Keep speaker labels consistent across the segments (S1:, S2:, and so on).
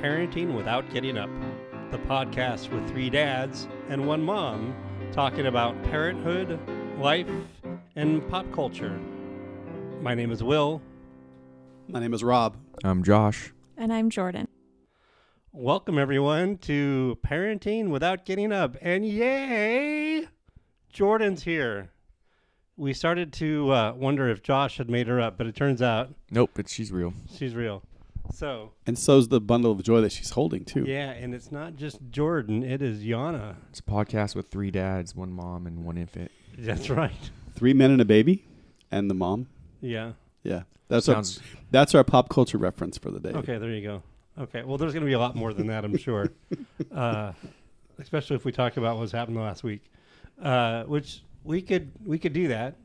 S1: Fun Without Getting Up, the podcast with three dads and one mom talking about parenthood, life, and pop culture. My name is Will.
S2: My name is Rob.
S3: I'm Um, Josh.
S4: And I'm Jordan.
S1: Welcome, everyone, to Parenting Without Getting Up. And yay, Jordan's here. We started to uh, wonder if Josh had made her up, but it turns out
S3: Nope, but she's real.
S1: she's real. So,
S2: And so's the bundle of joy that she's holding too.
S1: yeah, and it's not just Jordan, it is Yana.
S3: It's a podcast with three dads, one mom, and one infant.
S1: That's right.
S2: Three men and a baby and the mom.
S1: Yeah.
S2: Yeah. That's
S3: Sounds
S2: our that's our pop culture reference for the day.
S1: Okay, there you go. Okay, well, there's going to be a lot more than that, I'm sure, uh, especially if we talk about what's happened last week, uh, which we could we could do that.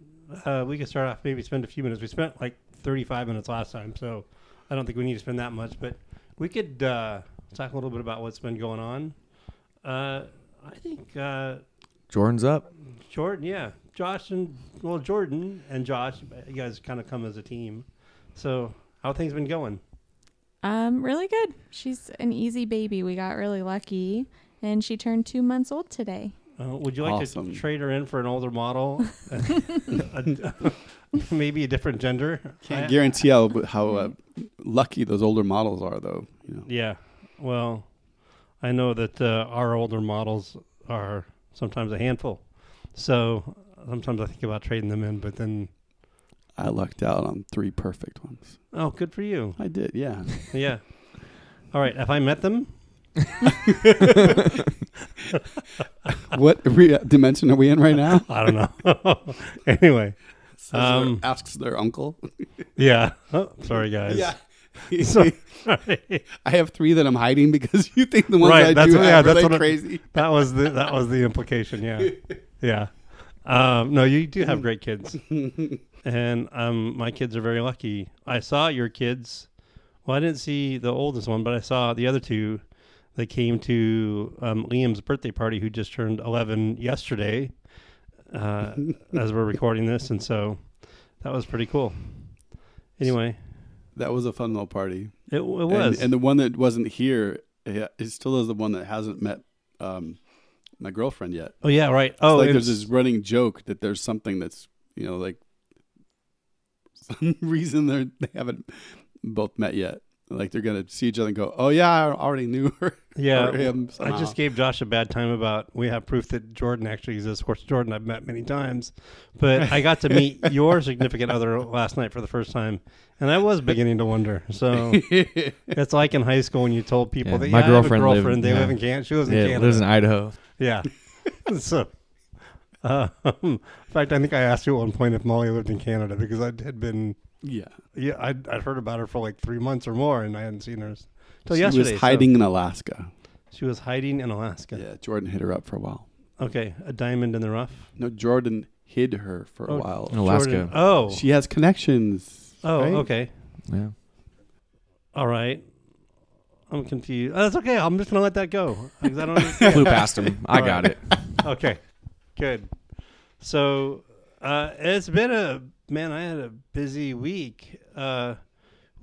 S1: Uh, we could start off maybe spend a few minutes. We spent like 35 minutes last time, so I don't think we need to spend that much, but we could uh, talk a little bit about what's been going on. Uh, I think uh,
S3: Jordan's up.
S1: Jordan, yeah, Josh and well, Jordan and Josh, you guys kind of come as a team. So how have things been going?
S4: Um, really good. She's an easy baby. We got really lucky. And she turned two months old today.
S1: Uh, would you like
S2: Awesome.
S1: to trade her in for an older model, A- maybe a different gender?
S2: Can't
S1: I-
S2: guarantee how how uh, lucky those older models are though. You know.
S1: Mm-hmm. Yeah. Well, I know that uh, our older models are sometimes a handful, so sometimes I think about trading them in. But then,
S2: I lucked out on three perfect ones.
S1: oh, good for you.
S2: I did, yeah.
S1: Yeah. All right. Have I met them?
S2: what re- dimension are we in right now?
S1: I don't know. anyway.
S2: Says their-
S1: Um,
S2: asks their uncle.
S1: Yeah. Oh, sorry, guys.
S2: So-
S1: Sorry.
S2: I have three that I'm hiding because you think the ones
S1: Right,
S2: I
S1: that's
S2: do
S1: what-
S2: have
S1: yeah,
S2: are
S1: that's
S2: like
S1: what I'm-
S2: crazy.
S1: that was the that was the implication. Yeah, yeah. Um, no, you do have great kids, and um, my kids are very lucky. I saw your kids. Well, I didn't see the oldest one, but I saw the other two. They came to um, Liam's birthday party, who just turned eleven yesterday, uh, as we're recording this, and so that was pretty cool. Anyway,
S2: That was a fun little party.
S1: it, it was.
S2: And, and the one that wasn't here, yeah, it still is the one that hasn't met um, my girlfriend yet.
S1: oh yeah, right.
S2: It's
S1: Oh,
S2: like
S1: it's-
S2: there's this running joke that there's something that's you know like some reason they're they haven't both met yet. Like they're gonna see each other and go, "Oh yeah, I already knew her."
S1: Yeah,
S2: or him
S1: I
S2: somehow.
S1: just gave Josh a bad time about we have proof that Jordan actually exists. Of course, Jordan I've met many times, but I got to meet your significant other last night for the first time, and I was beginning to wonder. So it's like in high school when you told people
S3: Yeah,
S1: that
S3: my
S1: yeah, I have a
S3: girlfriend lived-
S1: girlfriend, they
S3: yeah.
S1: live in Canada. She lives in
S3: Yeah,
S1: Canada.
S3: lives in Idaho.
S1: yeah. so, uh, in fact, I think I asked you at one point if Molly lived in Canada because I had been
S2: yeah.
S1: yeah I'd, I'd heard about her for like three months or more, and I hadn't seen her until
S2: she
S1: yesterday.
S2: was
S1: so-
S2: hiding in Alaska.
S1: She was hiding in Alaska.
S2: Yeah, Jordan hid her up for a while.
S1: Okay, a diamond in the rough.
S2: No, Jordan hid her for a
S1: Oh,
S2: while.
S3: In Alaska.
S1: Jordan- Oh,
S2: She has connections.
S1: oh,
S2: right?
S1: okay,
S3: Yeah.
S1: all right. I'm confused. Oh, that's okay. I'm just gonna let that go 'cause I don't.
S3: Flew
S1: understand.
S3: past him. I got it.
S1: okay, good. So uh, it's been a man. I had a busy week. Uh,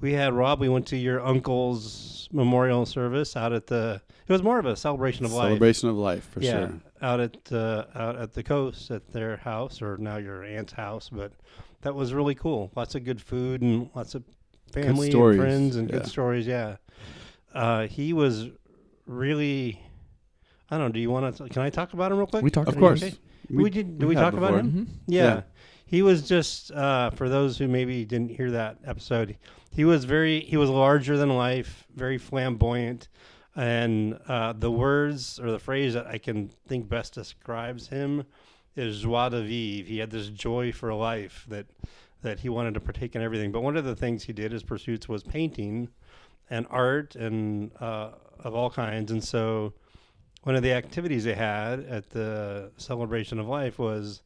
S1: we had Rob. We went to your uncle's memorial service out at the. It was more of a celebration of life.
S2: Celebration of life for sure.
S1: out at uh, out at the coast at their house or now your aunt's house, but that was really cool. Lots of good food and lots of family and
S2: stories,
S1: friends and good
S2: yeah.
S1: stories. Yeah, uh, he was really. I don't know. Do you want to? Can I talk about him real quick?
S3: We talked
S2: Of
S3: about
S2: course.
S1: Okay. We, did. Did we,
S2: have
S1: talk about
S2: before.
S1: him?
S3: hmm
S1: Yeah.
S2: Yeah.
S1: He was just uh, for those who maybe didn't hear that episode. He was very he was larger than life, very flamboyant, and uh, the words or the phrase that I can think best describes him is joie de vivre. He had this joy for life that that he wanted to partake in everything. But one of the things he did his pursuits was painting and art and uh, of all kinds. And so one of the activities they had at the celebration of life was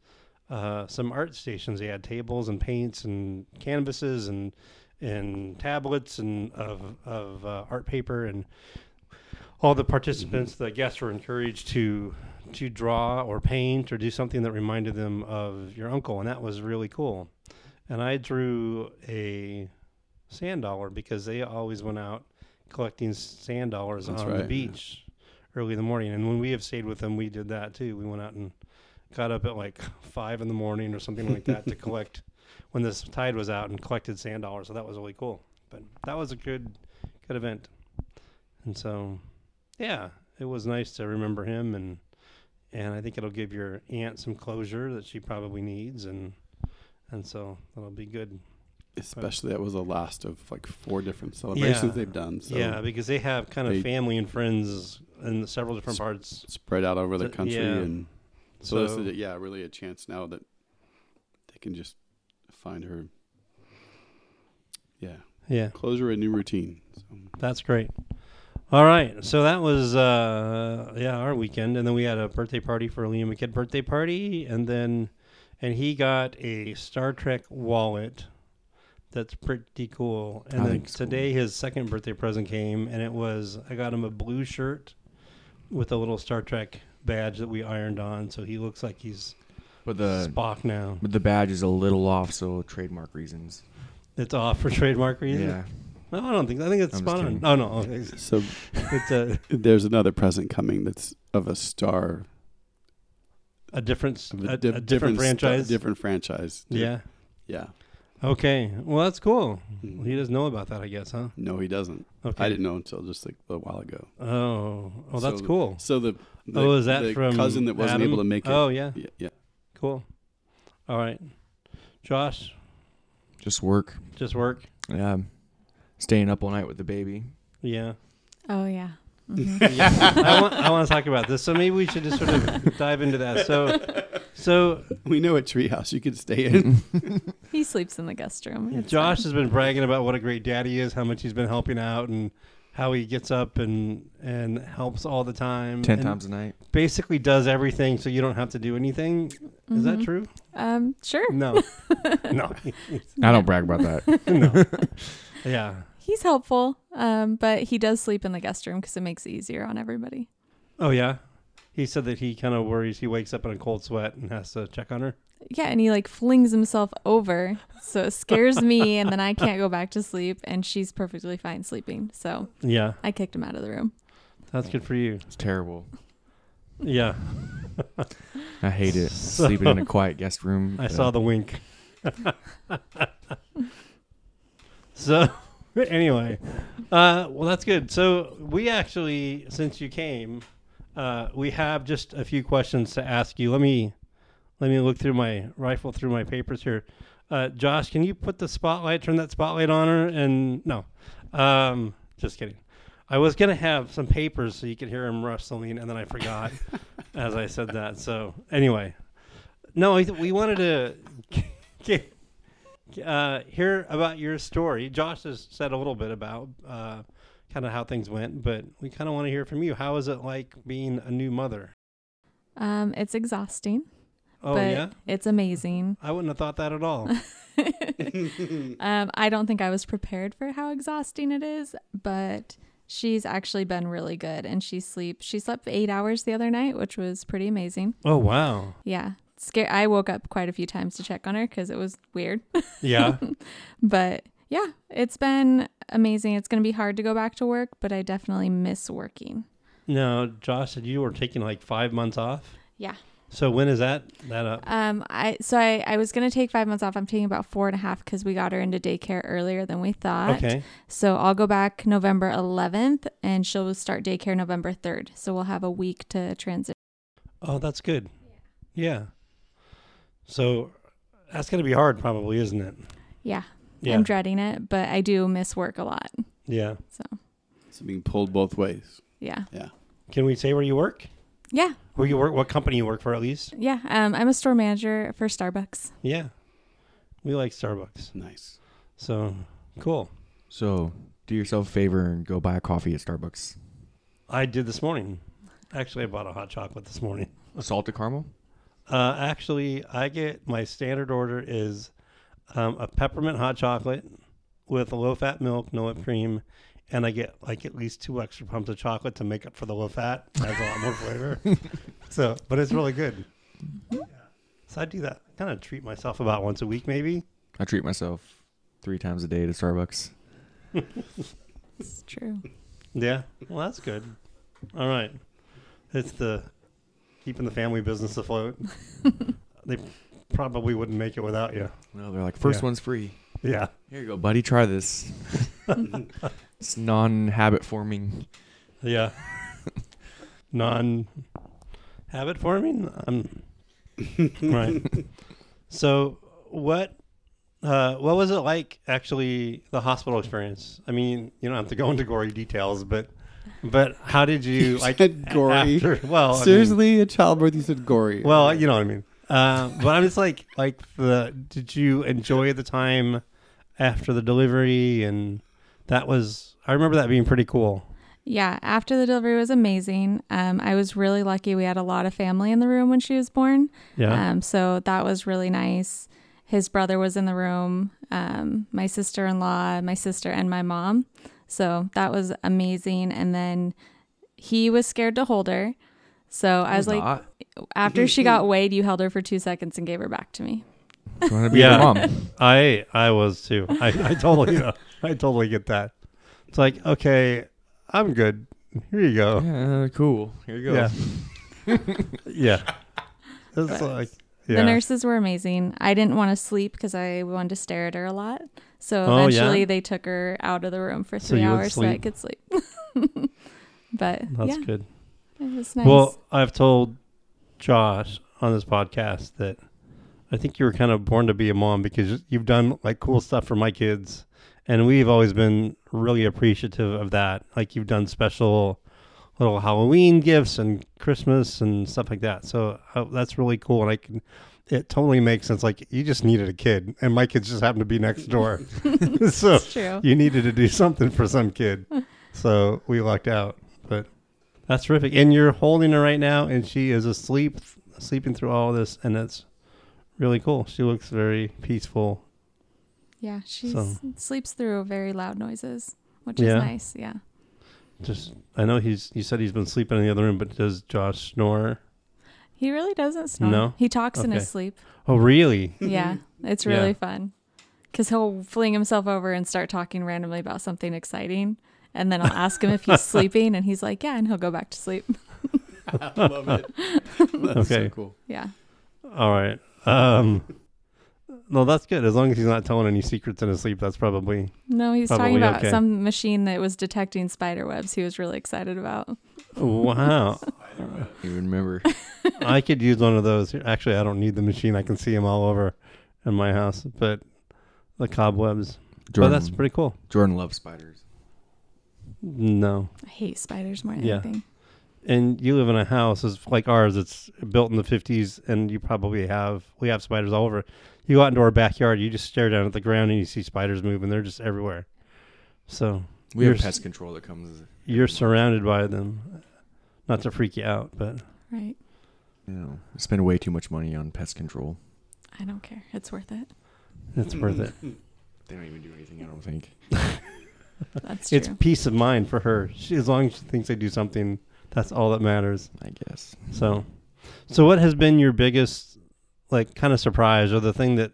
S1: uh, some art stations. They had tables and paints and canvases and and tablets and of of uh, art paper and all the participants,
S2: Mm-hmm.
S1: the guests were encouraged to to draw or paint or do something that reminded them of your uncle, and that was really cool. And I drew a sand dollar because they always went out collecting sand dollars
S2: That's
S1: on the
S2: right.
S1: beach early in the morning. And when we have stayed with them, we did that too. We went out and got up at like five in the morning or something like that to collect when this tide was out and collected sand dollars. So that was really cool. But that was a good, good event. And so, yeah, it was nice to remember him and and I think it'll give your aunt some closure that she probably needs and and so that'll be good.
S2: Especially that was the last of like four different celebrations
S1: Yeah.
S2: they've done. So
S1: yeah, because they have kind of
S2: they-
S1: family and friends in several different
S2: Sp-
S1: parts.
S2: spread out over the
S1: So-
S2: country
S1: yeah.
S2: and so,
S1: So,
S2: this is yeah, really a chance now that they can just find her yeah,
S1: yeah,
S2: closure and new routine. So
S1: that's great. All right, so that was uh, yeah our weekend, and then we had a birthday party for Liam McKidd birthday party, and then and he got a Star Trek wallet. That's pretty cool. And
S3: I
S1: then
S3: think it's cool.
S1: today his second birthday present came, and it was I got him a blue shirt with a little Star Trek badge that we ironed on, so he looks like he's
S3: But the
S1: Spock now.
S3: but the badge is a little off, so trademark reasons.
S1: It's off for trademark reasons.
S3: Yeah.
S1: No, I don't think. I think it's
S3: I'm just
S1: spot on.
S3: kidding.
S1: Oh no, it's,
S2: So
S1: it's a,
S2: there's another present coming that's of a star
S1: a different s-
S2: of
S1: a, a
S2: di-
S1: different,
S2: sta-
S1: franchise.
S2: different franchise.
S1: yeah.
S2: Yeah.
S1: Okay. Well, that's cool.
S2: Mhm.
S1: He doesn't know about that, I guess, huh?
S2: No, he doesn't.
S1: Okay.
S2: I didn't know until just like a while ago.
S1: Oh, well, that's
S2: So-
S1: cool.
S2: So the, the
S1: oh, is that
S2: the
S1: from
S2: cousin that wasn't
S1: Adam?
S2: able to make it?
S1: Oh yeah,
S2: yeah, yeah.
S1: cool. All right, Josh,
S3: Just work.
S1: just work.
S3: Yeah. Staying up all night with the baby.
S1: Yeah.
S4: Oh yeah. Mhm.
S1: Yeah. I want I want to talk about this, so maybe we should just sort of dive into that. So, so
S2: We know a treehouse you could stay in.
S4: he sleeps in the guest room. It's
S1: Josh
S4: fine.
S1: has been bragging about what a great dad he is, how much he's been helping out, and how he gets up and and helps all the time.
S3: Ten
S1: and
S3: times a night.
S1: Basically, does everything so you don't have to do anything. Is that
S3: Mm-hmm.
S4: Mhm.
S1: true?
S4: Um, sure.
S1: No, no,
S3: I don't brag about that.
S1: no. Yeah,
S4: He's helpful, um, but he does sleep in the guest room because it makes it easier on everybody.
S1: Oh yeah. He said that he kind of worries. He wakes up in a cold sweat and has to check on her.
S4: Yeah, and he like flings himself over, so it scares me, and then I can't go back to sleep, and she's perfectly fine sleeping. So
S1: Yeah,
S4: I kicked him out of the room.
S1: that's good for you.
S3: It's terrible.
S1: Yeah,
S3: I hate it. Sleeping in a quiet guest room.
S1: I saw the wink. so, anyway, uh, well, that's good. So, we actually, since you came, uh, we have just a few questions to ask you. Let me let me look through my rifle through my papers here. Uh, Josh, can you put the spotlight, turn that spotlight on her? And no, um, just kidding. I was gonna have some papers so you could hear him rustling, and then I forgot as I said that. So anyway, no, I th- we wanted to get, uh, hear about your story. Josh has said a little bit about uh, kind of how things went, but we kind of want to hear from you. How is it like being a new mother?
S4: Um, it's exhausting,
S1: Oh
S4: but
S1: yeah,
S4: it's amazing.
S1: I wouldn't have thought that at all.
S4: um, I don't think I was prepared for how exhausting it is, but she's actually been really good, and she sleep she slept eight hours the other night, which was pretty amazing.
S1: oh wow,
S4: Yeah, scare. I woke up quite a few times to check on her because it was weird,
S1: yeah,
S4: but yeah, it's been amazing. It's going to be hard to go back to work, but I definitely miss working.
S1: no, Josh said you were taking like five months off.
S4: Yeah.
S1: So when is that that up?
S4: Um, I so I I was going to take five months off. I'm taking about four and a half because we got her into daycare earlier than we thought.
S1: Okay,
S4: So I'll go back November 11th and she'll start daycare November 3rd. So we'll have a week to transition.
S1: oh that's good. Yeah. So that's gonna be hard, probably, isn't it?
S4: Yeah,
S1: Yeah.
S4: I'm dreading it, but I do miss work a lot.
S1: yeah.
S4: So
S2: so being pulled both ways.
S4: yeah,
S1: Can we say where you work?
S4: yeah,
S1: Where you work? What company you work for? At least.
S4: yeah. Um, I'm a store manager for Starbucks.
S1: Yeah. We like Starbucks.
S2: Nice.
S1: So cool.
S3: So do yourself a favor and go buy a coffee at Starbucks.
S1: I did this morning. Actually, I bought a hot chocolate this morning.
S3: Salted caramel?
S1: Uh, actually, I get my standard order is um, a peppermint hot chocolate with low fat milk, no whipped cream, and I get like at least two extra pumps of chocolate to make up for the low fat. Adds a lot more flavor. So, but it's really good. So I do that. Kind of treat myself about once a week, maybe.
S3: I treat myself three times a day to Starbucks.
S4: It's true.
S1: Yeah. Well, that's good. All right. It's the keeping the family business afloat. they probably wouldn't make it without you.
S3: No, they're like first
S1: Yeah.
S3: one's free.
S1: Yeah.
S3: Here you go, buddy. Try this. it's non-habit forming.
S1: Yeah. Non habit forming? Um, right. So what uh, what was it like actually the hospital experience? I mean, you don't have to go into gory details, but but how did you,
S2: You
S1: like
S2: said
S1: a-
S2: gory.
S1: after- well, I mean-
S2: Seriously, at childbirth, you said gory.
S1: well, you know what I mean. Uh, but I'm just like like the did you enjoy the time after the delivery and that was I remember that being pretty cool.
S4: Yeah, after the delivery was amazing. Um, I was really lucky. We had a lot of family in the room when she was born.
S1: Yeah.
S4: Um, so that was really nice. His brother was in the room, um, my sister in law, my sister, and my mom. So that was amazing. And then he was scared to hold her. So I was like,
S3: Not.
S4: after she got weighed, you held her for two seconds and gave her back to me.
S3: Do you want to be
S1: Yeah.
S3: your mom?
S1: I I was too. I, I totally I totally get that. It's like okay, I'm good. Here you go.
S3: Yeah, uh, cool. Here you go.
S1: Oh. Yeah. Yeah. It's like yeah.
S4: The nurses were amazing. I didn't want to sleep because I wanted to stare at her a lot. So
S1: Oh, yeah?
S4: eventually they took her out of the room for
S1: So
S4: three
S1: you would
S4: hours so I
S1: sleep.
S4: could sleep. but
S1: That's
S4: yeah,
S1: good.
S4: it was nice.
S1: Well, I've told Josh on this podcast that I think you were kind of born to be a mom because you've done like cool stuff for my kids, and we've always been really appreciative of that. Like you've done special little Halloween gifts and Christmas and stuff like that. So uh, that's really cool, and I can. It totally makes sense. Like you just needed a kid, and my kids just happened to be next door, so
S4: it's true.
S1: you needed to do something for some kid. So we lucked out. But that's terrific. And you're holding her right now, and she is asleep, sleeping through all this, and it's really cool. She looks very peaceful.
S4: Yeah, she
S1: So-
S4: sleeps through very loud noises, which
S1: Yeah.
S4: is nice. Yeah.
S1: Just, I know he's. You said he's been sleeping in the other room, but does Josh snore?
S4: He really doesn't snore.
S1: No?
S4: He talks in his
S1: Okay.
S4: sleep.
S1: Oh, really?
S4: Yeah. It's
S1: Yeah.
S4: really fun. Because he'll fling himself over and start talking randomly about something exciting. And then I'll ask him if he's sleeping. And he's like, yeah. And he'll go back to sleep.
S2: I love it. That's
S1: Okay.
S2: so cool.
S4: Yeah.
S1: All right. Um, no, that's good. As long as he's not telling any secrets in his sleep, that's probably
S4: No, he's
S1: Probably
S4: talking about
S1: okay.
S4: some machine that was detecting spider webs he was really excited about.
S1: wow.
S3: You remember?
S1: I could use one of those. Actually, I don't need the machine. I can see them all over in my house, but the cobwebs.
S3: Jordan,
S1: But Oh, that's pretty cool.
S3: Jordan loves spiders.
S1: No.
S4: I hate spiders more than
S1: Yeah.
S4: anything.
S1: And you live in a house is like ours. It's built in the 50s, and you probably have, we have spiders all over. You go out into our backyard, you just stare down at the ground, and you see spiders move, and they're just everywhere. So
S3: We have
S1: Yours-
S3: pest control that comes.
S1: you're surrounded by them. Not to freak you out, but
S4: Right.
S3: You know, spend way too much money on pest control.
S4: I don't care. It's worth it.
S1: it's
S4: Mm-hmm.
S1: worth it.
S3: They don't even do anything. I don't think.
S4: That's
S1: It's
S4: true.
S1: peace of mind for her. She, as long as she thinks they do something, that's all that matters.
S3: I guess.
S1: So, so what has been your biggest like kind of surprise or the thing that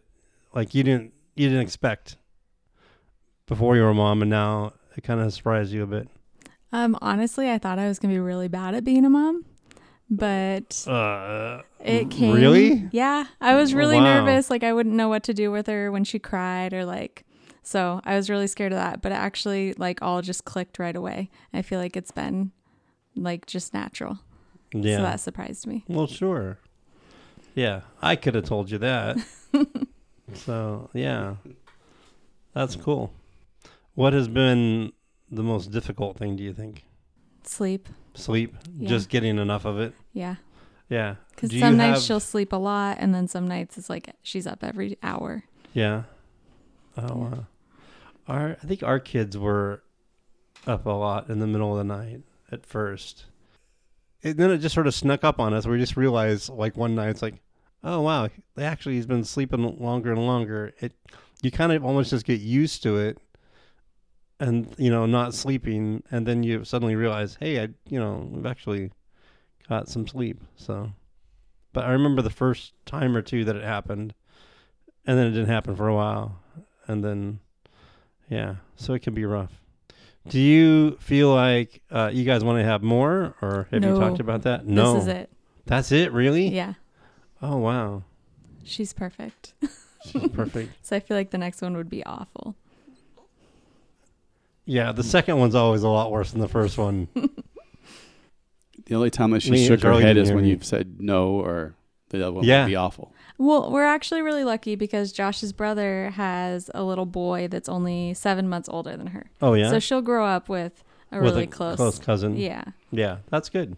S1: like you didn't you didn't expect before you were a mom and now it kind of surprised you a bit.
S4: Um, honestly, I thought I was gonna be really bad at being a mom, but
S1: Uh,
S4: it came.
S1: Really?
S4: Yeah, I was
S1: Oh,
S4: really
S1: wow.
S4: nervous. Like I wouldn't know what to do with her when she cried or like. So I was really scared of that, but it actually like all just clicked right away. I feel like it's been like just natural.
S1: Yeah.
S4: So that surprised me.
S1: well, sure. Yeah, I could have told you that. so, yeah. That's cool. What has been the most difficult thing do you think?
S4: Sleep.
S1: Sleep,
S4: Yeah.
S1: just getting enough of it.
S4: Yeah.
S1: Yeah.
S4: Because
S1: Do you
S4: some nights
S1: have-
S4: she'll sleep a lot, and then some nights it's like she's up every hour.
S1: Yeah. Oh
S4: Yeah.
S1: wow. Our I think our kids were up a lot in the middle of the night at first. And then it just sort of snuck up on us. We just realized like one night it's like, oh wow, actually he's been sleeping longer and longer. It you kind of almost just get used to it and you know, not sleeping and then you suddenly realize, hey, I you know, we've actually got some sleep. So but I remember the first time or two that it happened and then it didn't happen for a while and then yeah so it can be rough Do you feel like uh, you guys want to have more, or have you
S4: No.
S1: talked about that? No,
S4: This is it.
S1: That's it, really.
S4: Yeah.
S1: Oh wow,
S4: She's perfect.
S1: she's perfect.
S4: So I feel like the next one would be awful.
S1: Yeah, the second one's always a lot worse than the first one.
S2: The only time that she
S1: Me and
S2: shook her
S1: Charlie
S2: head
S1: didn't
S2: is
S1: hear
S2: when
S1: me.
S2: you've said no or the other one
S1: Yeah.
S2: would be awful.
S4: Well, we're actually really lucky because Josh's brother has a little boy that's only seven months older than her.
S1: Oh yeah,
S4: So she'll grow up with a
S1: With
S4: really
S1: a
S4: close,
S1: close cousin.
S4: Yeah.
S1: Yeah, that's good.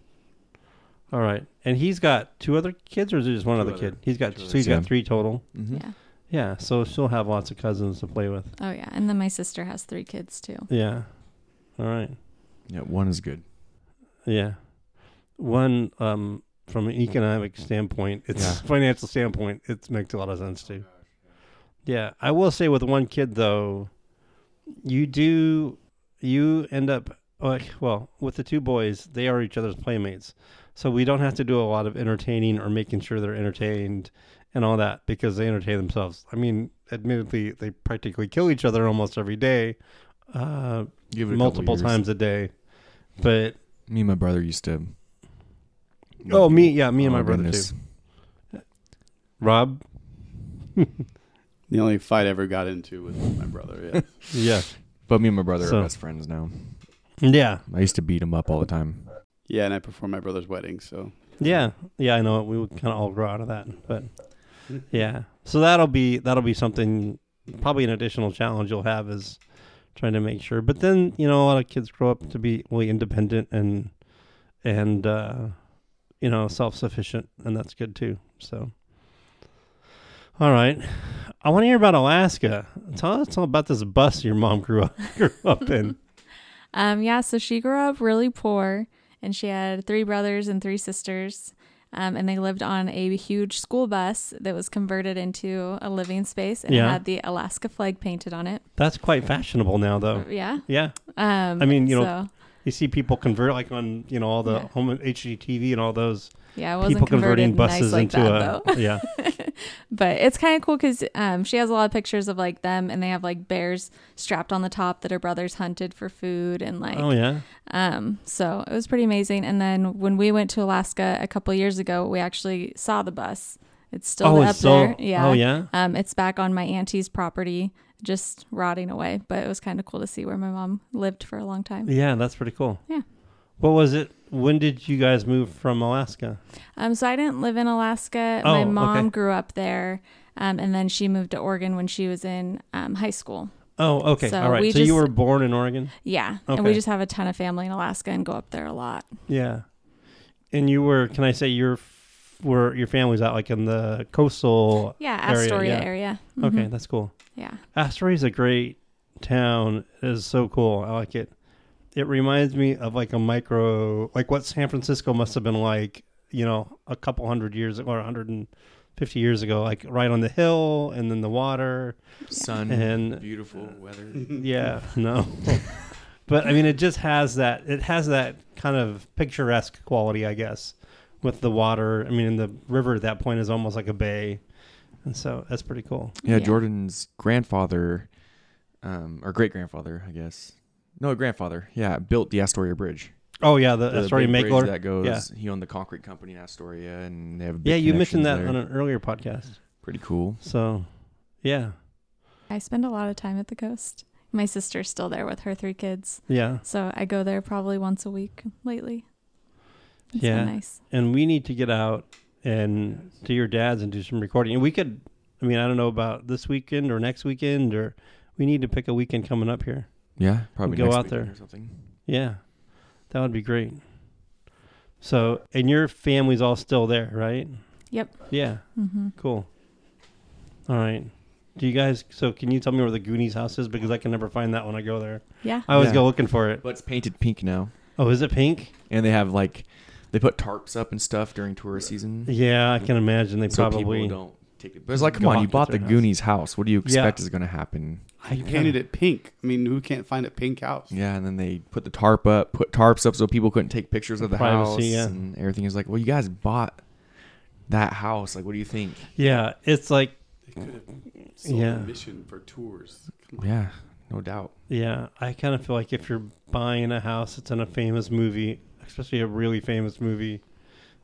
S1: All right, and he's got two other kids, or is it just one
S3: Two
S1: other
S3: other-
S1: kid? He's got
S3: two
S1: so
S3: other
S1: he's
S3: kids.
S1: got three total.
S3: Mm-hmm.
S4: Yeah.
S1: Yeah, so she'll have lots of cousins to play with.
S4: Oh, yeah. And then my sister has three kids too.
S1: Yeah. All right.
S3: Yeah, one is good.
S1: Yeah. One um, from an economic standpoint, it's
S3: Yeah.
S1: financial standpoint, it makes a lot of sense too. Yeah, I will say with one kid though, you do you end up like well with the two boys, they are each other's playmates, so we don't have to do a lot of entertaining or making sure they're entertained and all that because they entertain themselves. I mean, admittedly, they practically kill each other almost every day, uh,
S3: Give it a couple
S1: multiple
S3: years.
S1: times a day, but
S3: Me and my brother used to.
S1: Oh, me, yeah, me and
S3: Oh,
S1: my brother
S3: goodness.
S1: too. Rob,
S2: The only fight I ever got into was with my brother. Yeah.
S1: yeah,
S3: But me and my brother
S1: So-
S3: are best friends now.
S1: yeah,
S3: I used to beat him up all the time.
S2: yeah, and I performed my brother's wedding, so
S1: yeah, yeah. I know we would kind of all grow out of that, but yeah. So that'll be that'll be something probably an additional challenge you'll have is trying to make sure. But then you know a lot of kids grow up to be really independent and and uh, you know self sufficient, and that's good too. So. All right, I want to hear about Alaska. Tell us all about this bus your mom grew up grew up in.
S4: Um, yeah, so she grew up really poor and she had three brothers and three sisters. Um, and they lived on a huge school bus that was converted into a living space and it
S1: Yeah.
S4: had the Alaska flag painted on it.
S1: That's quite fashionable now, though.
S4: Yeah.
S1: Yeah, Oh.
S4: Um,
S1: I mean, you know,
S4: so,
S1: you see people convert like on you know all the
S4: Yeah.
S1: home HGTV and all those
S4: yeah, it wasn't
S1: people converting
S4: converted nice
S1: buses
S4: like
S1: into
S4: that,
S1: a
S4: though.
S1: yeah
S4: but it's kind of cool because um, she has a lot of pictures of like them and they have like bears strapped on the top that her brothers hunted for food and like
S1: oh yeah
S4: um so it was pretty amazing and then when we went to alaska a couple years ago we actually saw the bus it's still
S1: oh
S4: up
S1: it's so
S4: there yeah
S1: oh yeah
S4: um it's back on my auntie's property just rotting away but it was kind of cool to see where my mom lived for a long time
S1: yeah that's pretty cool
S4: Yeah.
S1: what was it when did you guys move from Alaska
S4: Um, so I didn't live in Alaska.
S1: Oh,
S4: My mom
S1: okay.
S4: grew up there, um, and then she moved to Oregon when she was in um, high school.
S1: oh okay
S4: So
S1: all right
S4: we
S1: so you
S4: just-
S1: were born in Oregon
S4: Yeah, and we
S1: Okay.
S4: just have a ton of family in Alaska and go up there a lot.
S1: yeah and you were can I say your f- were your family's out like in the coastal
S4: Yeah,
S1: Area,
S4: Astoria
S1: yeah.
S4: area.
S1: okay
S4: Mhm.
S1: that's cool
S4: Yeah.
S1: Astoria is a great town. It is so cool. I like it. It reminds me of like a micro, like what San Francisco must have been like, you know, a couple hundred years or 150 years ago, like right on the hill and then the water.
S3: Sun,
S1: And-
S3: beautiful weather.
S1: Yeah, no. but I mean, it just has that, it has that kind of picturesque quality, I guess, with the water. I mean, and the river at that point is almost like a bay. And so that's pretty cool.
S3: Yeah,
S4: Yeah.
S3: Jordan's grandfather, um, or great grandfather, I guess. No, grandfather. Yeah, built the Astoria Bridge.
S1: Oh, yeah, the, Astoria
S3: big bridge
S1: Makeover.
S3: that goes.
S1: Yeah.
S3: He owned the concrete company in Astoria, and they have. Big
S1: Yeah, you mentioned that
S3: connections
S1: on
S3: there.
S1: an earlier podcast.
S3: Pretty cool.
S1: So, yeah,
S4: I spend a lot of time at the coast. My sister's still there with her three kids,
S1: yeah,
S4: so I go there probably once a week lately. It's
S1: Yeah.
S4: been nice.
S1: and we need to get out and to your dad's and do some recording. And we could, I mean, I don't know about this weekend or next weekend, or we need to pick a weekend coming up here.
S3: Yeah, probably
S1: go
S3: next
S1: out
S3: weekend
S1: there.
S3: or something.
S1: Yeah, that would be great. So, and your family's all still there, right?
S4: Yep.
S1: Yeah,
S4: hmm
S1: cool. All right. Do you guys? So, can you tell me where the Goonies house is? Because I can never find that when I go there.
S4: Yeah.
S1: I always
S3: Yeah.
S1: go looking for it.
S3: But it's painted pink now,
S1: Oh, is it pink?
S3: and they have like, they put tarps up and stuff during tourist season.
S1: Yeah, I can imagine they
S3: Mm-hmm. so
S1: probably.
S3: people don't take it. But it's like, come
S1: Go
S3: on, you
S1: hockey
S3: bought
S1: to
S3: the
S1: their house.
S3: Goonies house. What do you expect
S1: Yeah.
S3: is going to happen?
S2: I painted it pink. I mean, who can't find a pink house?
S3: Yeah, and then they put the tarp up, put tarps up so people couldn't take pictures of the
S1: Privacy,
S3: house
S1: yeah.
S3: and everything. Is like, well, you guys bought that house. Like, what do you think?
S1: Yeah, it's like
S2: They could have sold
S1: Yeah.
S2: a mission for tours. Come on.
S3: Yeah, no doubt.
S1: Yeah, I kind of feel like if you're buying a house that's in a famous movie, especially a really famous movie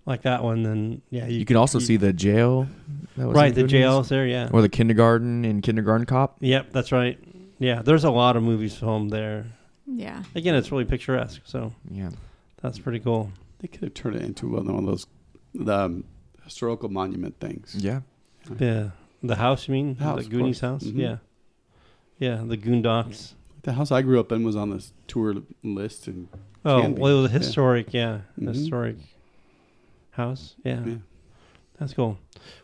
S1: like that one, then yeah,
S3: You, can also see the jail. That was
S1: right the
S3: included in this?
S1: jails there. Yeah,
S3: Or the kindergarten and kindergarten cop.
S1: yep, that's right. Yeah, there's a lot of movies filmed there.
S4: Yeah.
S1: Again, it's really picturesque, so
S3: Yeah.
S1: that's pretty cool.
S2: They could have turned it into one of those the um, historical monument things.
S3: Yeah.
S1: Yeah, the house you mean?
S2: The house,
S1: the
S2: of
S1: Goonies house?
S2: course. Mhm.
S1: Yeah, yeah, the Goondocks.
S2: The house I grew up in was on this tour list, and
S1: Oh,
S2: Can be,
S1: well, it was a
S2: yeah.
S1: historic, yeah,
S2: Mhm.
S1: historic house. Yeah.
S2: Yeah.
S1: that's cool.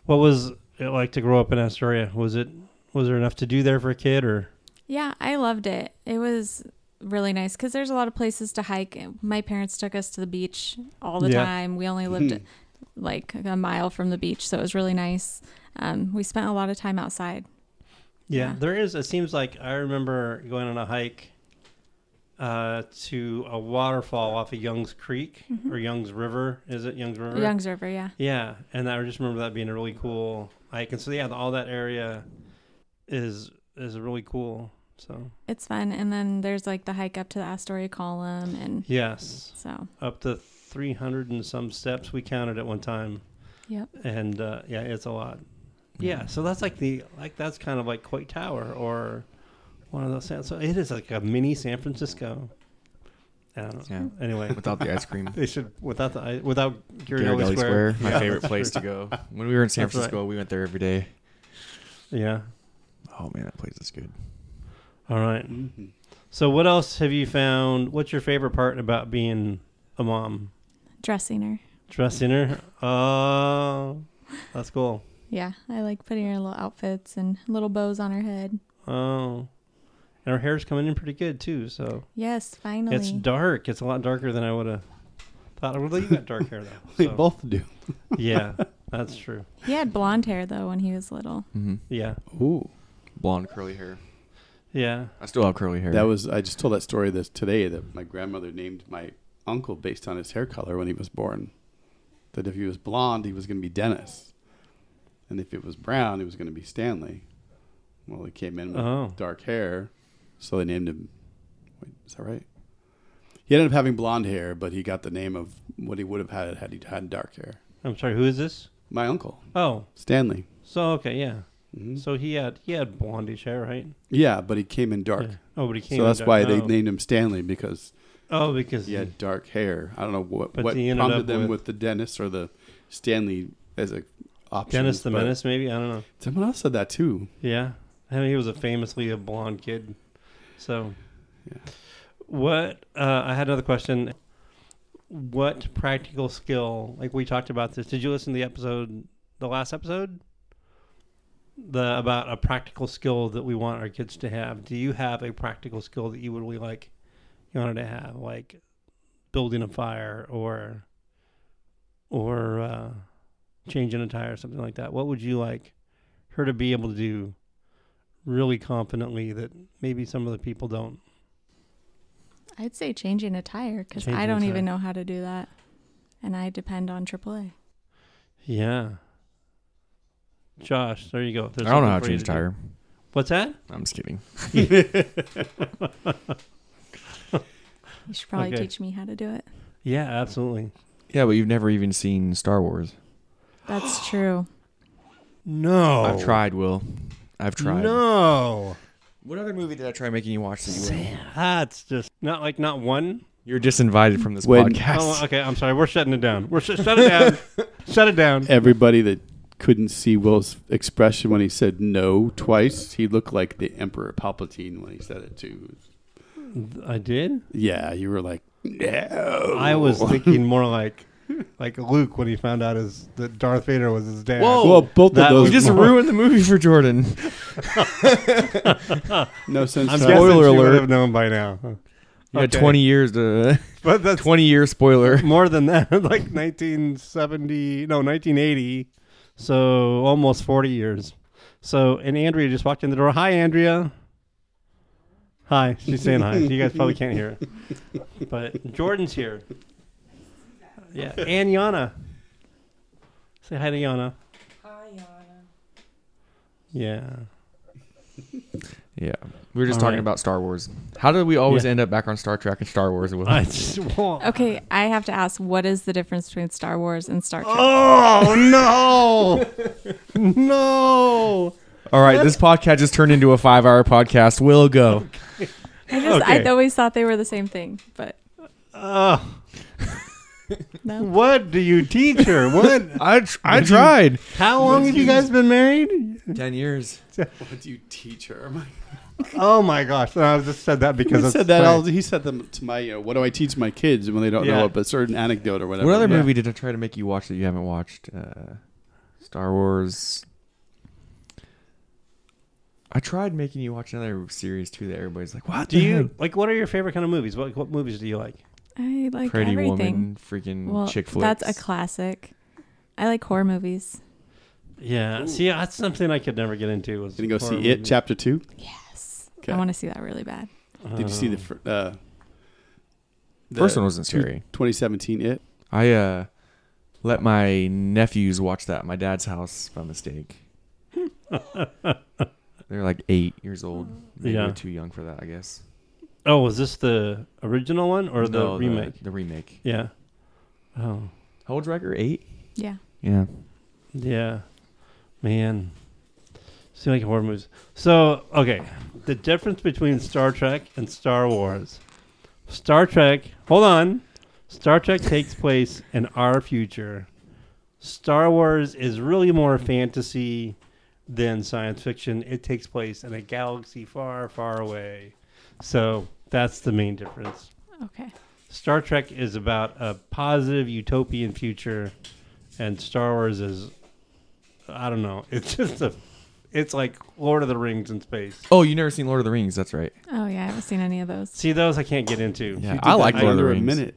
S1: What was it like to grow up in Astoria? Was it was there enough to do there for a kid, or
S4: Yeah, I loved it. It was really nice because there's a lot of places to hike. My parents took us to the beach all the
S1: Yeah.
S4: time. We only lived
S2: Mm-hmm.
S4: like a mile from the beach, so it was really nice. Um, we spent a lot of time outside.
S1: yeah,
S4: Yeah.
S1: there is. It seems like I remember going on a hike uh, to a waterfall off of Young's Creek or Young's River. Is it Young's River?
S4: Mm-hmm. Youngs River, yeah.
S1: Yeah, and I just remember that being a really cool hike. And so yeah, all that area is is really cool. So
S4: It's fun. And then there's like the hike up to the Astoria Column. And
S1: yes.
S4: so,
S1: up to 300 and some steps we counted at one time
S4: yep.
S1: and uh, yeah it's a lot yeah
S3: Mm-hmm.
S1: so that's like the like that's kind of like Coit tower or one of those San- so it is like a mini san francisco I don't know.
S3: Yeah.
S1: anyway
S3: Without the ice cream.
S1: they should without the i- without Ghirardelli
S3: Ghirardelli Square, my
S1: Yeah,
S3: favorite
S1: that's
S3: place
S1: true.
S3: to go. When we were in San
S1: That's right.
S3: Francisco, we went there every day.
S1: yeah
S3: Oh man, that place is good.
S1: all right
S2: Mhm.
S1: so what else have you found what's your favorite part about being a mom
S4: Dressing her.
S1: dressing her oh that's cool
S4: Yeah. I like putting her in little outfits and little bows on her head.
S1: Oh. And her hair's coming in pretty good too, so
S4: Yes, finally.
S1: it's dark. It's a lot darker than I would have thought. Well, you got dark hair though.
S2: they
S1: so-
S2: both do.
S1: yeah, that's true.
S4: he had blonde hair though when he was little.
S3: Mm-hmm.
S1: Yeah,
S2: Ooh,
S3: Blonde curly hair.
S1: yeah.
S3: I still have curly hair.
S2: that was. I just told that story this today that my grandmother named my uncle based on his hair color when he was born. That if he was blonde, he was going to be Dennis, and if it was brown, he was going to be Stanley. Well, he came in with
S1: Oh,
S2: dark hair, so they named him. Wait, is that right? He ended up having blonde hair, but he got the name of what he would have had had he had dark hair.
S1: I'm sorry. Who is this?
S2: My uncle
S1: Oh,
S2: Stanley.
S1: so okay, yeah.
S2: hmm
S1: So he had he had blondish hair, right?
S2: yeah, but he came in dark,
S1: Yeah. Oh, but he came.
S2: so that's
S1: dark.
S2: why they
S1: oh.
S2: named him Stanley because
S1: Oh, because
S2: he had dark hair. I don't know what
S1: But
S2: what
S1: he ended up
S2: prompted them
S1: with-
S2: with, the Dennis or the Stanley as a option.
S1: Dennis the
S2: but
S1: Menace, maybe I don't know.
S2: Someone else said that too.
S1: Yeah, I mean, he was a famously a blonde kid. So,
S2: Yeah.
S1: what? Uh, I had another question. What practical skill? Like we talked about this. Did you listen to the episode, the last episode, the about a practical skill that we want our kids to have? Do you have a practical skill that you would really like you wanted to have, like building a fire or or uh, changing a tire or something like that? What would you like her to be able to do really confidently that maybe some of the people don't.
S4: I'd say changing a tire because
S1: Changing
S4: I
S1: a
S4: don't
S1: tire.
S4: even know how to do that, and I depend on AAA.
S1: Yeah. Josh, there you go.
S3: I
S1: There's
S3: don't know
S1: something
S3: how
S1: for
S3: to
S1: you
S3: change
S1: do.
S3: a tire.
S1: What's that?
S3: I'm just kidding.
S4: You should probably
S1: Okay.
S4: teach me how to do it.
S1: Yeah, absolutely.
S3: Yeah, but you've never even seen Star Wars.
S4: That's true.
S1: No.
S3: I've tried, Will. I've tried.
S1: Oh. No.
S3: What other movie did I try making you watch that you wouldn't?
S1: That's just not like not one.
S3: You're disinvited from this
S2: When-
S3: podcast.
S1: Oh, okay. I'm sorry. We're shutting it down. We're sh- shut it down. shut it down.
S2: Everybody that couldn't see Will's expression when he said no twice, he looked like the Emperor Palpatine when he said it too.
S1: I did.
S2: Yeah, you were like, no.
S1: I
S3: Oh.
S1: was thinking more like like Luke when he found out his that Darth Vader was his dad.
S3: Whoa.
S2: Well, both
S1: That
S2: of
S3: You
S2: those.
S3: just
S2: were-
S3: ruined the movie for Jordan.
S2: no sense.
S1: I'm
S2: to-
S1: guessing
S3: Spoiler
S1: she would
S3: alert.
S1: have known by now.
S3: You had
S1: Okay.
S3: 20 years to
S1: But that's
S3: 20 year spoiler.
S1: more than that, like 1970, no, 1980. So almost 40 years. So, and Andrea just walked in the door. Hi, Andrea. Hi. She's saying hi. You guys probably can't hear it. But Jordan's here. Yeah. And Yana. Say hi to Yana. Hi, Yana. Yeah.
S3: Yeah, we were just
S1: All
S3: talking
S1: right.
S3: about Star Wars. How do we always
S1: Yeah.
S3: end up back on Star Trek and Star Wars? Will?
S1: I just want.
S4: Okay, I have to ask, what is the difference between Star Wars and Star Trek?
S1: Oh no, no.
S3: All right, this podcast just turned into a five-hour podcast. We'll go.
S4: I just
S1: okay.
S4: I always thought they were the same thing, but
S1: Uh,
S4: no.
S1: what do you teach her? What?
S3: I I tried
S1: How long have you guys been married?
S3: ten years.
S2: What do you teach her? My
S1: Oh my gosh! No, I just said that because
S2: he
S1: it's
S2: said that.
S1: funny.
S2: All, he said them to my. You know, what do I teach my kids when they don't
S1: Yeah.
S2: know a certain anecdote or whatever?
S3: What other
S2: Yeah.
S3: movie did I try to make you watch that you haven't watched? Uh, Star Wars. I tried making you watch another series too that everybody's like, "What
S1: Do
S3: the
S1: you
S3: heck?"
S1: like? What are your favorite kind of movies? What what movies do you like?
S4: I like
S3: Pretty
S4: everything.
S3: Woman, freaking
S4: well,
S3: chick flicks.
S4: that's a classic. I like horror movies.
S1: Yeah,
S2: Ooh.
S1: see, that's something I could never get into. Was
S2: Gonna go
S1: horror
S2: see it,
S1: movies.
S2: chapter two.
S4: Yes.
S2: Okay.
S4: I want to see that really bad.
S2: Did you see the, fir- uh, the
S3: Uh-huh. First one wasn't
S2: two-
S3: scary.
S2: 2017 It?
S3: I uh, let my nephews watch that at my dad's house by mistake. They're like eight years old. Maybe
S1: Yeah.
S3: they're too young for that, I guess.
S1: Oh, was this the original one or the
S3: No,
S1: remake?
S3: The, remake.
S1: Yeah. Oh,
S3: How old's Riker? Eight.
S4: Yeah.
S3: Yeah.
S1: yeah. Man, see, like horror movies. So, okay, the difference between Star Trek and Star Wars. Star Trek, hold on. Star Trek takes place in our future. Star Wars is really more fantasy than science fiction. It takes place in a galaxy far, far away. So that's the main difference.
S4: Okay.
S1: Star Trek is about a positive utopian future, and Star Wars is, I don't know, it's just a, it's like Lord of the Rings in space.
S3: Oh, you never seen Lord of the Rings? That's right.
S4: Oh yeah, I haven't seen any of those.
S1: See those I can't get into.
S2: You
S3: Yeah,
S2: did
S3: I
S2: that
S3: like Lord of the
S2: under
S3: Rings.
S2: A minute.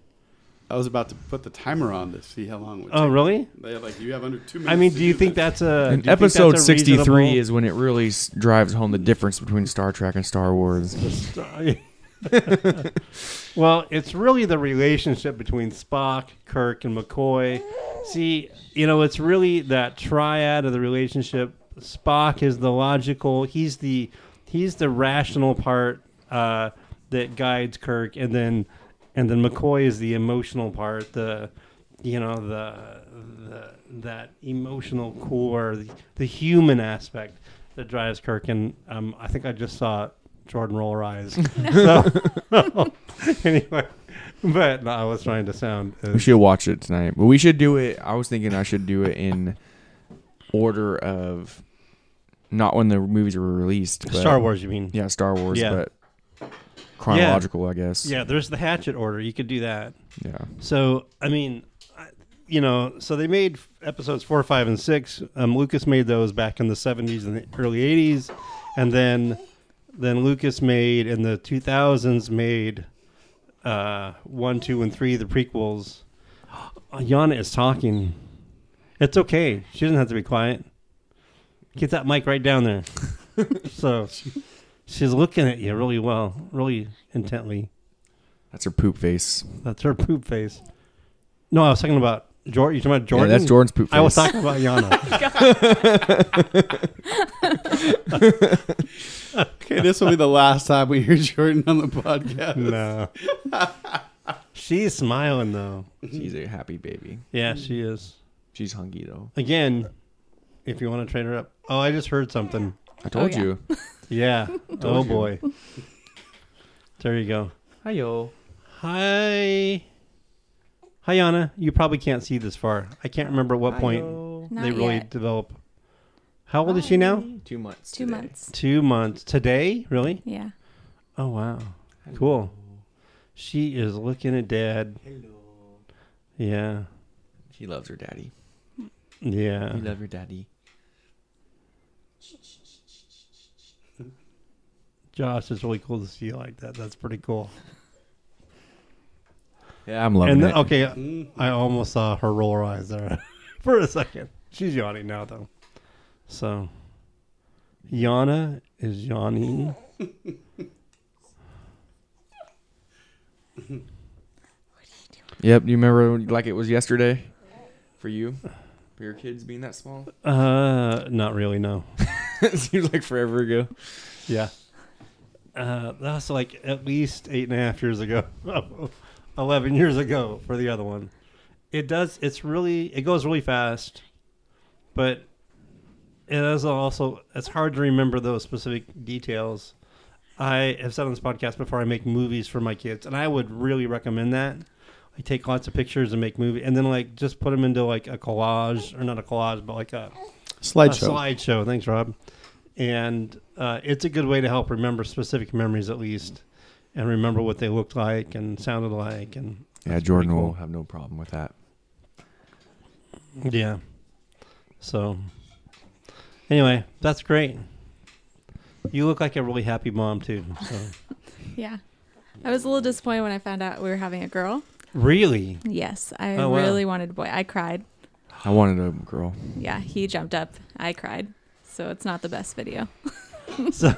S2: I was about to put the timer on to see how long it would
S1: Oh
S2: take.
S1: really?
S2: They have, like you have under two minutes.
S1: I mean,
S2: to
S1: do you think
S2: that?
S1: that's a Uh,
S3: And
S1: do you think that's a
S3: episode sixty-three
S1: reasonable-
S3: is when it really s- drives home the difference between Star Trek and Star Wars.
S1: well, it's really the relationship between Spock, Kirk, and McCoy. See, you know, it's really that triad of the relationship. Spock is the logical. He's the he's the rational part uh, that guides Kirk, and then and then McCoy is the emotional part. The you know the, the that emotional core, the, the human aspect that drives Kirk. And um, I think I just saw Jordan roll her eyes. so, anyway, but no, I was trying to sound.
S3: We
S1: As,
S3: should watch it tonight, but we should do it. I was thinking I should do it in order of not when the movies were released. But,
S1: Star Wars, you mean?
S3: Yeah, Star Wars,
S1: Yeah.
S3: but chronological, I guess.
S1: Yeah, there's the Hatchet order. You could do that.
S3: Yeah.
S1: So, I mean, I- you know, so they made episodes four, five, and six. Um, Lucas made those back in the 70s and the early 80s, and then then Lucas made in the 2000s made uh, one, two, and three, the prequels. Uh, Yana is talking. It's okay. She doesn't have to be quiet. Get that mic right down there. so she's looking at you really well, really intently.
S3: That's her poop face.
S1: That's her poop face. No, I was talking about Jordan. You talking about Jordan?
S3: Yeah, that's Jordan's poop face.
S1: I was talking about Yana.
S2: Okay, this will be the last time we hear Jordan on the podcast.
S1: no. She's smiling though.
S3: She's a happy baby.
S1: Yeah, she is.
S3: She's hungry though.
S1: Again, if you want to train her up. Oh, I just heard something.
S3: I told
S4: Oh, yeah.
S3: you.
S1: Yeah. oh
S3: you.
S1: boy. There you go.
S3: Hi yo.
S1: Hi. Hi Yana. You probably can't see this far. I can't remember at what point
S4: Not
S1: they really
S4: yet.
S1: develop. How old is she now?
S3: Two months.
S4: Two
S3: today.
S4: months.
S1: Two months. Today? Really?
S4: Yeah.
S1: Oh wow. Cool. She is looking at dad.
S3: Hello.
S1: Yeah.
S3: She loves her daddy.
S1: Yeah.
S3: love your daddy.
S1: Josh, it's really cool to see you like that. That's pretty cool.
S3: Yeah, I'm loving
S1: and
S3: it.
S1: then, okay, I almost saw her roll her eyes there for a second. She's yawning now though. So Yana is yawning.
S3: Yep. You remember like it was yesterday, for you, for your kids being that small.
S1: Uh not really, no.
S3: it seems like forever ago.
S1: Yeah. Uh, that was like at least eight and a half years ago, eleven years ago for the other one. It does. It's really. It goes really fast, but it is also. It's hard to remember those specific details. I have said on this podcast before. I make movies for my kids, and I would really recommend that. I take lots of pictures and make movie, and then like just put them into like a collage or not a collage, but like a
S2: Slideshow.
S1: a slideshow. Thanks, Rob. And uh, it's a good way to help remember specific memories, at least, and remember what they looked like and sounded like. And
S3: Yeah, Jordan
S1: pretty
S3: will
S1: cool.
S3: have no problem with that.
S1: yeah. So, anyway, that's great. You look like a really happy mom, too. So.
S4: Yeah. I was a little disappointed when I found out we were having a girl.
S1: really?
S4: Yes, I
S1: Oh, wow.
S4: really wanted a boy. I cried.
S3: I wanted a girl.
S4: Yeah, he jumped up. I cried. So it's not the best video.
S1: So,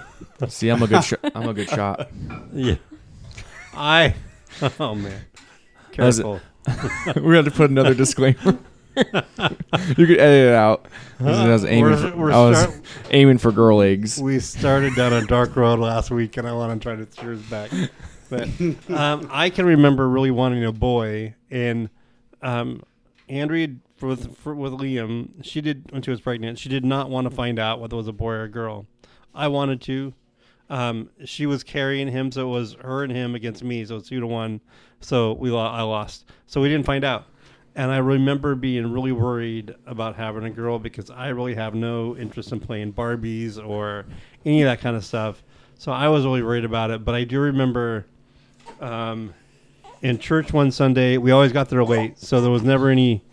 S3: See, I'm a good shot. I'm a good shot.
S1: yeah. I, oh, man.
S3: That's-
S1: Careful.
S3: we had to put another disclaimer. you could edit it out. 'Cause I was aiming.
S1: We're-
S3: For,
S1: we're
S3: I was
S1: start-
S3: aiming for girl eggs.
S1: We started down a dark road last week, and I want to try to steer us back. But um, I can remember really wanting a boy, and um, Andrea for, with for, with Liam, she did when she was pregnant. She did not want to find out whether it was a boy or a girl. I wanted to. Um, she was carrying him, so it was her and him against me, so it's two to one. So we lo- I lost. So we didn't find out. And I remember being really worried about having a girl because I really have no interest in playing Barbies or any of that kind of stuff. So I was really worried about it. But I do remember um, in church one Sunday, we always got there late, so there was never any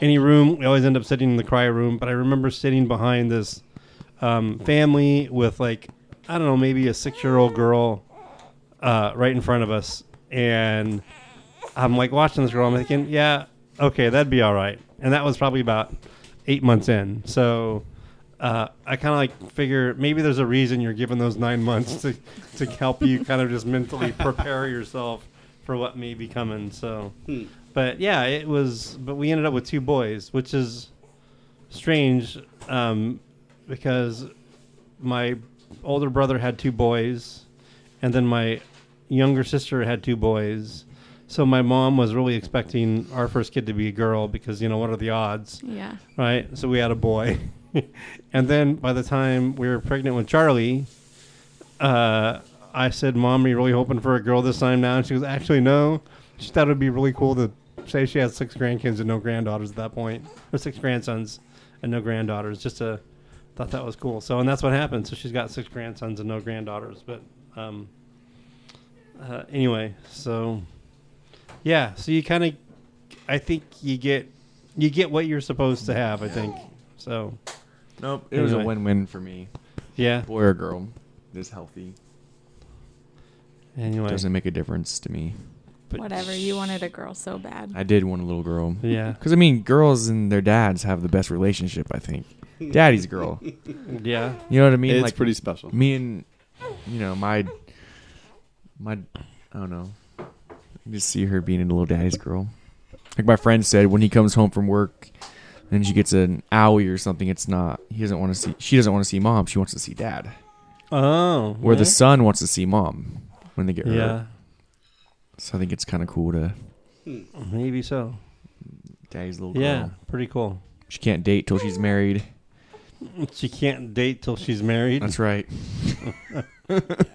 S1: any room. We always end up sitting in the cry room. But I remember sitting behind this um, family with like I don't know, maybe a six year old girl uh, right in front of us, and I'm like watching this girl. I'm thinking, yeah, okay, that'd be all right. And that was probably about eight months in. So uh, I kind of like figure maybe there's a reason you're given those nine months to to help you kind of just mentally prepare yourself for what may be coming. So, but yeah, it was. But we ended up with two boys, which is strange um, because my older brother had two boys, and then my younger sister had two boys. So my mom was really expecting our first kid to be a girl because you know what are the odds?
S4: Yeah.
S1: right? So we had a boy, and then by the time we were pregnant with Charlie, uh, I said, "Mom, are you really hoping for a girl this time now?" And she goes, "Actually, no. She thought it'd be really cool to say she had six grandkids and no granddaughters at that point, or six grandsons and no granddaughters. Just a thought that was cool. So, and that's what happened. So she's got six grandsons and no granddaughters. But um, uh, anyway, so yeah, so you kind of, I think you get you get what you're supposed to have. I think so.
S3: Nope. It was a
S1: Anyway.
S3: win-win for me.
S1: Yeah.
S3: Boy or girl, is healthy.
S1: Anyway,
S3: Doesn't make a difference to me.
S1: but-
S4: Whatever. You wanted a girl so bad.
S3: I did want a little girl.
S1: Yeah.
S3: Because I mean, girls and their dads have the best relationship. I think. Daddy's girl.
S1: Yeah.
S3: You know what I mean?
S2: it's
S3: like
S2: pretty special.
S3: me and you know my my I don't know. I just see her being a little daddy's girl. Like my friend said, when he comes home from work and she gets an owie or something, it's not he doesn't want to see she doesn't want to see mom. She wants to see dad.
S1: Oh.
S3: Where the son wants to see mom when they get hurt.
S1: Yeah.
S3: So I think it's kind of cool to
S2: Hmm.
S1: Maybe so.
S3: daddy's little girl.
S1: Yeah. Pretty cool.
S3: She can't date till she's married.
S1: She can't date till she's married.
S3: That's right.
S1: Is that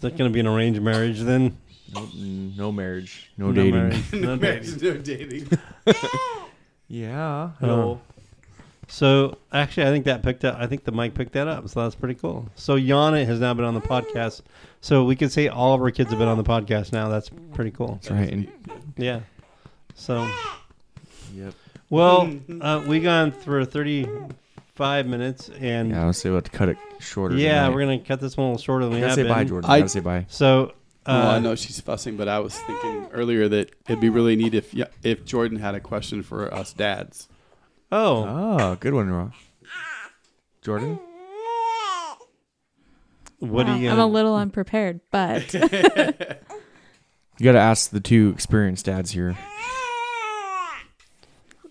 S1: going to be an arranged marriage then?
S3: No, no marriage, no, dating.
S1: marriage, no dating.
S2: Marriage, no dating.
S3: Yeah.
S1: Oh. So actually, I think that picked up. I think the mic picked that up. So that's pretty cool. So Yana has now been on the podcast. So we could say all of our kids have been on the podcast now. That's pretty cool.
S3: That's right. And,
S1: Yeah. So.
S3: yep.
S1: Well,
S2: Hmm.
S1: uh, we gone through 35 minutes, and
S3: Yeah, I
S1: yeah,
S3: was about to cut it shorter. tonight.
S1: we're gonna cut this one a little shorter than we
S3: gotta
S1: have
S3: say
S1: been.
S3: bye, Jordan.
S2: I-
S3: gotta say bye.
S1: So,
S2: well,
S1: uh,
S2: Oh, I know she's fussing, but I was thinking earlier that it'd be really neat if yeah, if Jordan had a question for us dads.
S1: oh,
S3: Oh, good one, Ross. Jordan,
S1: what
S4: Wow,
S1: do you?
S4: I'm a little unprepared, but
S3: you gotta ask the two experienced dads here.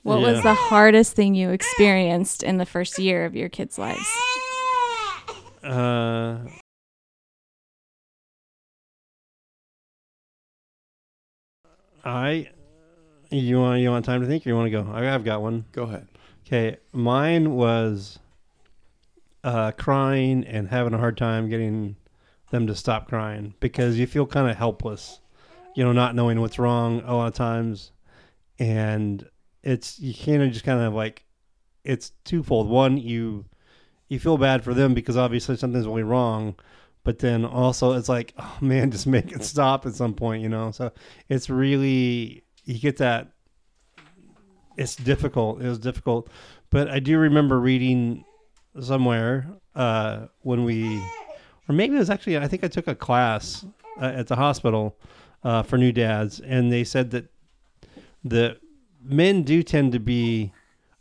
S4: what was
S1: Yeah.
S4: the hardest thing you experienced in the first year of your kids' lives?
S1: uh, I you want you want time to think or you want to go? I, I've got one.
S2: Go ahead.
S1: Okay, mine was uh, crying and having a hard time getting them to stop crying because you feel kind of helpless, you know, not knowing what's wrong a lot of times, and it's you kind of just kind of like it's twofold. One, you you feel bad for them because obviously something's really wrong, but then also it's like, oh man, just make it stop at some point, you know. So it's really you get that it's difficult. It was difficult, but I do remember reading somewhere uh, when we, or maybe it was actually I think I took a class uh, at the hospital uh, for new dads, and they said that the men do tend to be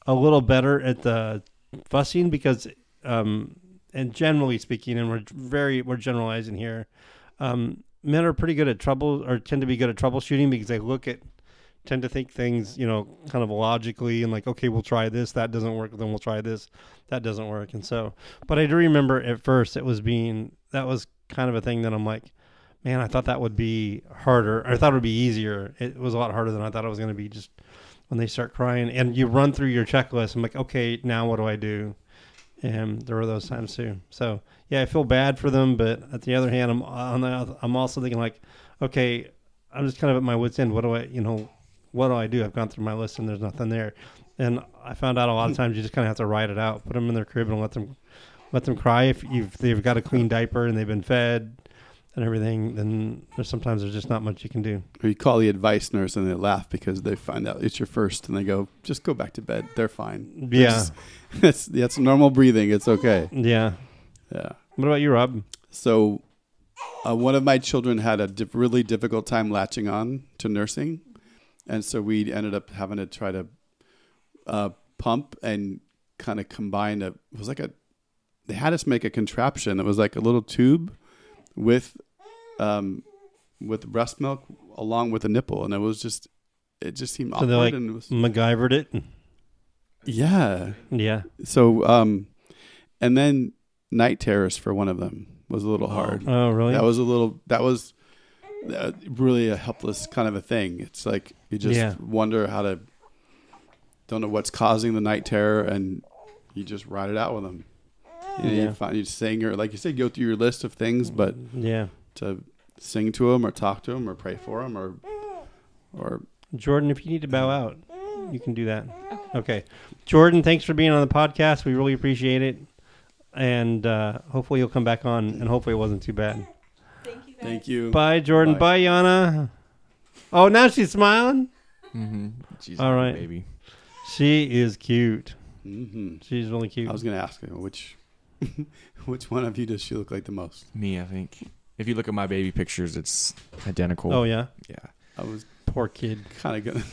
S1: a little better at the fussing because, um, and generally speaking, and we're very we're generalizing here, um, men are pretty good at trouble or tend to be good at troubleshooting because they look at tend to think things, you know, kind of logically and like, okay, we'll try this, that doesn't work, then we'll try this, that doesn't work. And so, but I do remember at first it was being, that was kind of a thing that I'm like, man, I thought that would be harder. I thought it would be easier. It was a lot harder than I thought it was going to be just when they start crying and you run through your checklist. I'm like, okay, now what do I do? And there were those times too. So yeah, I feel bad for them, but at the other hand, I'm on the, I'm also thinking like, okay, I'm just kind of at my wits end. What do I, you know, what do I do? I've gone through my list and there's nothing there. And I found out a lot of
S2: Hmm.
S1: times you just kind of have to write it out, put them in their crib and let them let them cry. If you've they've got a clean diaper and they've been fed and everything, then there's sometimes there's just not much you can do.
S2: Or you call the advice nurse and they laugh because they find out it's your first and they go, just go back to bed. They're fine. They're
S1: Yeah.
S2: just- That's, that's normal breathing. It's okay.
S1: Yeah.
S2: Yeah.
S1: What about you, Rob?
S2: So, uh, one of my children had a diff- really difficult time latching on to nursing, and so we ended up having to try to uh, pump and kind of combine a it was like a they had us make a contraption that was like a little tube with um with breast milk along with a nipple, and it was just it just seemed
S1: So
S2: awkward
S1: they're like-
S2: and it was
S1: MacGyvered it.
S2: yeah
S1: Yeah.
S2: so um and then night terrors for one of them was a little hard
S1: Oh, really?
S2: That was a little. That was uh, really a helpless kind of a thing. It's like you just
S1: Yeah.
S2: wonder how to. Don't know what's causing the night terror, and you just ride it out with them. And
S1: Yeah.
S2: You find you sing or like you said, go through your list of things, but
S1: yeah.
S2: to sing to them or talk to them or pray for them or or
S1: Jordan, if you need to bow out, you can do that. Okay. Jordan, thanks for being on the podcast. We really appreciate it. And uh, hopefully you'll come back on and hopefully it wasn't too bad.
S2: thank you.
S1: Bye, Jordan. Bye,
S2: Bye.
S1: Yana. Oh, now she's smiling.
S3: Mm-hmm. She's
S1: All
S3: a
S1: right.
S3: baby.
S1: She is cute.
S2: hmm
S1: She's really cute.
S2: I was gonna ask you which which one of you does she look like the most?
S3: Me, I think. If you look at my baby pictures, it's identical.
S1: oh yeah,
S3: yeah.
S2: I was
S1: poor kid.
S2: kind of gonna.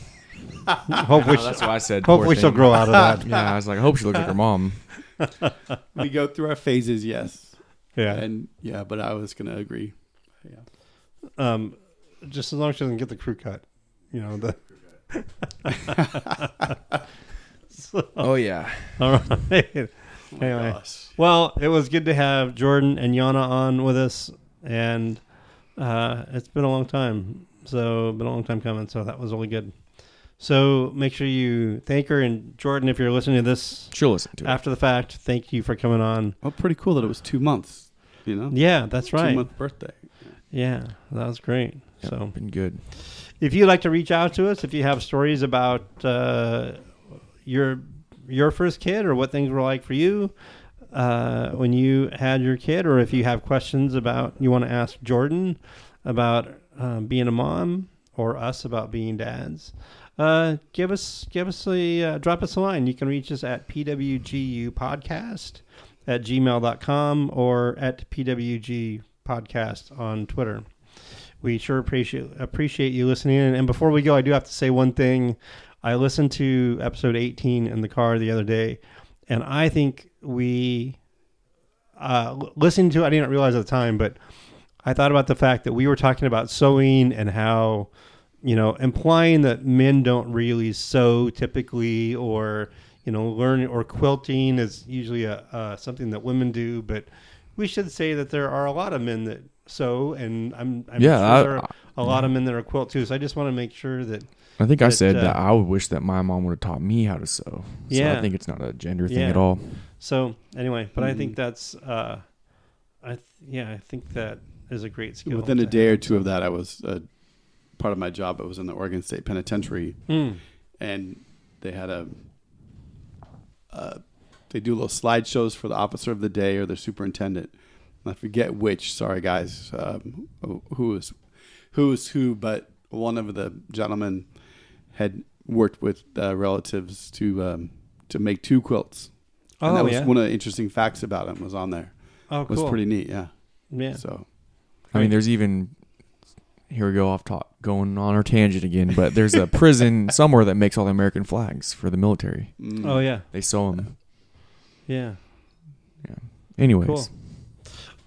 S1: Hopefully, she,
S3: No, Oh, that's why I said. poor
S1: hopefully she'll
S3: thing.
S1: grow out of that.
S3: Yeah, I was like, I hope she looks like her mom.
S2: we go through our phases, yes,
S1: Yeah.
S2: and yeah, but I was gonna agree. Yeah.
S1: Um, just as long as she doesn't get the crew cut, you know. The,
S3: Oh yeah.
S1: all right.
S2: Oh my
S1: Anyway.
S2: gosh.
S1: Well, it was good to have Jordan and Yana on with us, and uh, it's been a long time. So, been a long time coming. So that was really good. So make sure you thank her and Jordan if you're listening to this
S3: She'll listen to it.
S1: after the fact. Thank you for coming on.
S2: Well, pretty cool that it was two months. You know,
S1: Yeah, that's
S2: Two
S1: right.
S2: month birthday.
S1: Yeah, that was great.
S3: Yeah,
S1: So,
S3: been good.
S1: if you'd like to reach out to us, if you have stories about uh, your your first kid or what things were like for you uh, when you had your kid, or if you have questions about you want to ask Jordan about um, being a mom or us about being dads, uh, give us give us a uh, drop us a line. You can reach us at pwgu podcast at gmail.com or at pwg podcast on Twitter we sure appreciate appreciate you listening in. And before we go, I do have to say one thing. I listened to episode 18 in the car the other day, and I think we uh, l- listening to. it, I didn't realize at the time, but I thought about the fact that we were talking about sewing and how you know implying that men don't really sew typically, or you know learn or quilting is usually a uh, something that women do, but we should say that there are a lot of men that sew, and I'm, I'm
S3: Yeah,
S1: sure
S3: I-
S1: there are a lot of men that are quilt too. So I just want to make sure that
S3: I think I
S1: But,
S3: said
S1: uh,
S3: that I would wish that my mom would have taught me how to sew. So
S1: Yeah.
S3: I think it's not a gender thing
S1: Yeah.
S3: at all.
S1: So anyway, but I
S2: Mhm.
S1: think that's uh, I th- yeah, I think that is a great skill.
S2: Within a
S1: to
S2: day or
S1: have.
S2: two of that, I was uh, part of my job. I was in the Oregon State Penitentiary,
S1: Mm.
S2: and they had a. Uh, they do little slideshows for the officer of the day or the superintendent. And I forget which. Sorry, guys. Um, who is who is who? But one of the gentlemen had worked with uh, relatives to um, to make two quilts. and that
S1: Oh
S2: was
S1: yeah.
S2: one of the interesting facts about him was on there.
S1: oh
S2: It was
S1: cool.
S2: pretty neat. Yeah.
S1: yeah.
S2: So
S3: I mean, there's even here we go off top going on our tangent again, but there's a prison somewhere that makes all the American flags for the military.
S2: mm.
S1: Oh yeah.
S3: They sew them.
S1: Yeah.
S3: Anyways,
S1: Cool.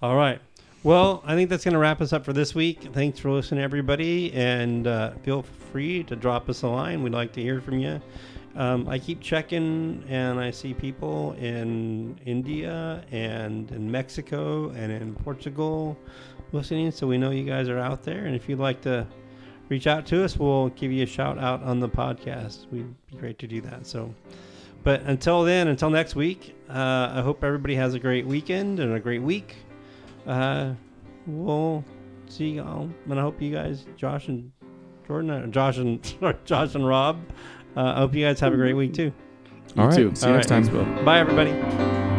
S1: All right. Well, I think that's going to wrap us up for this week. Thanks for listening, everybody, and uh, feel free to drop us a line. We'd like to hear from you. Um, I keep checking, and I see people in India and in Mexico and in Portugal listening. So we know you guys are out there, and if you'd like to reach out to us, we'll give you a shout out on the podcast. We'd be great to do that. So. But until then, until next week, uh, I hope everybody has a great weekend and a great week. Uh, we'll see y'all, and I hope you guys, Josh and Jordan, uh, Josh and Josh and Rob, uh, I hope you guys have a great week too.
S2: You
S3: all right.
S2: too.
S3: See
S1: All
S3: you
S1: right.
S3: next time.
S2: Thanks, Will.
S1: Bye, everybody.
S3: Bye.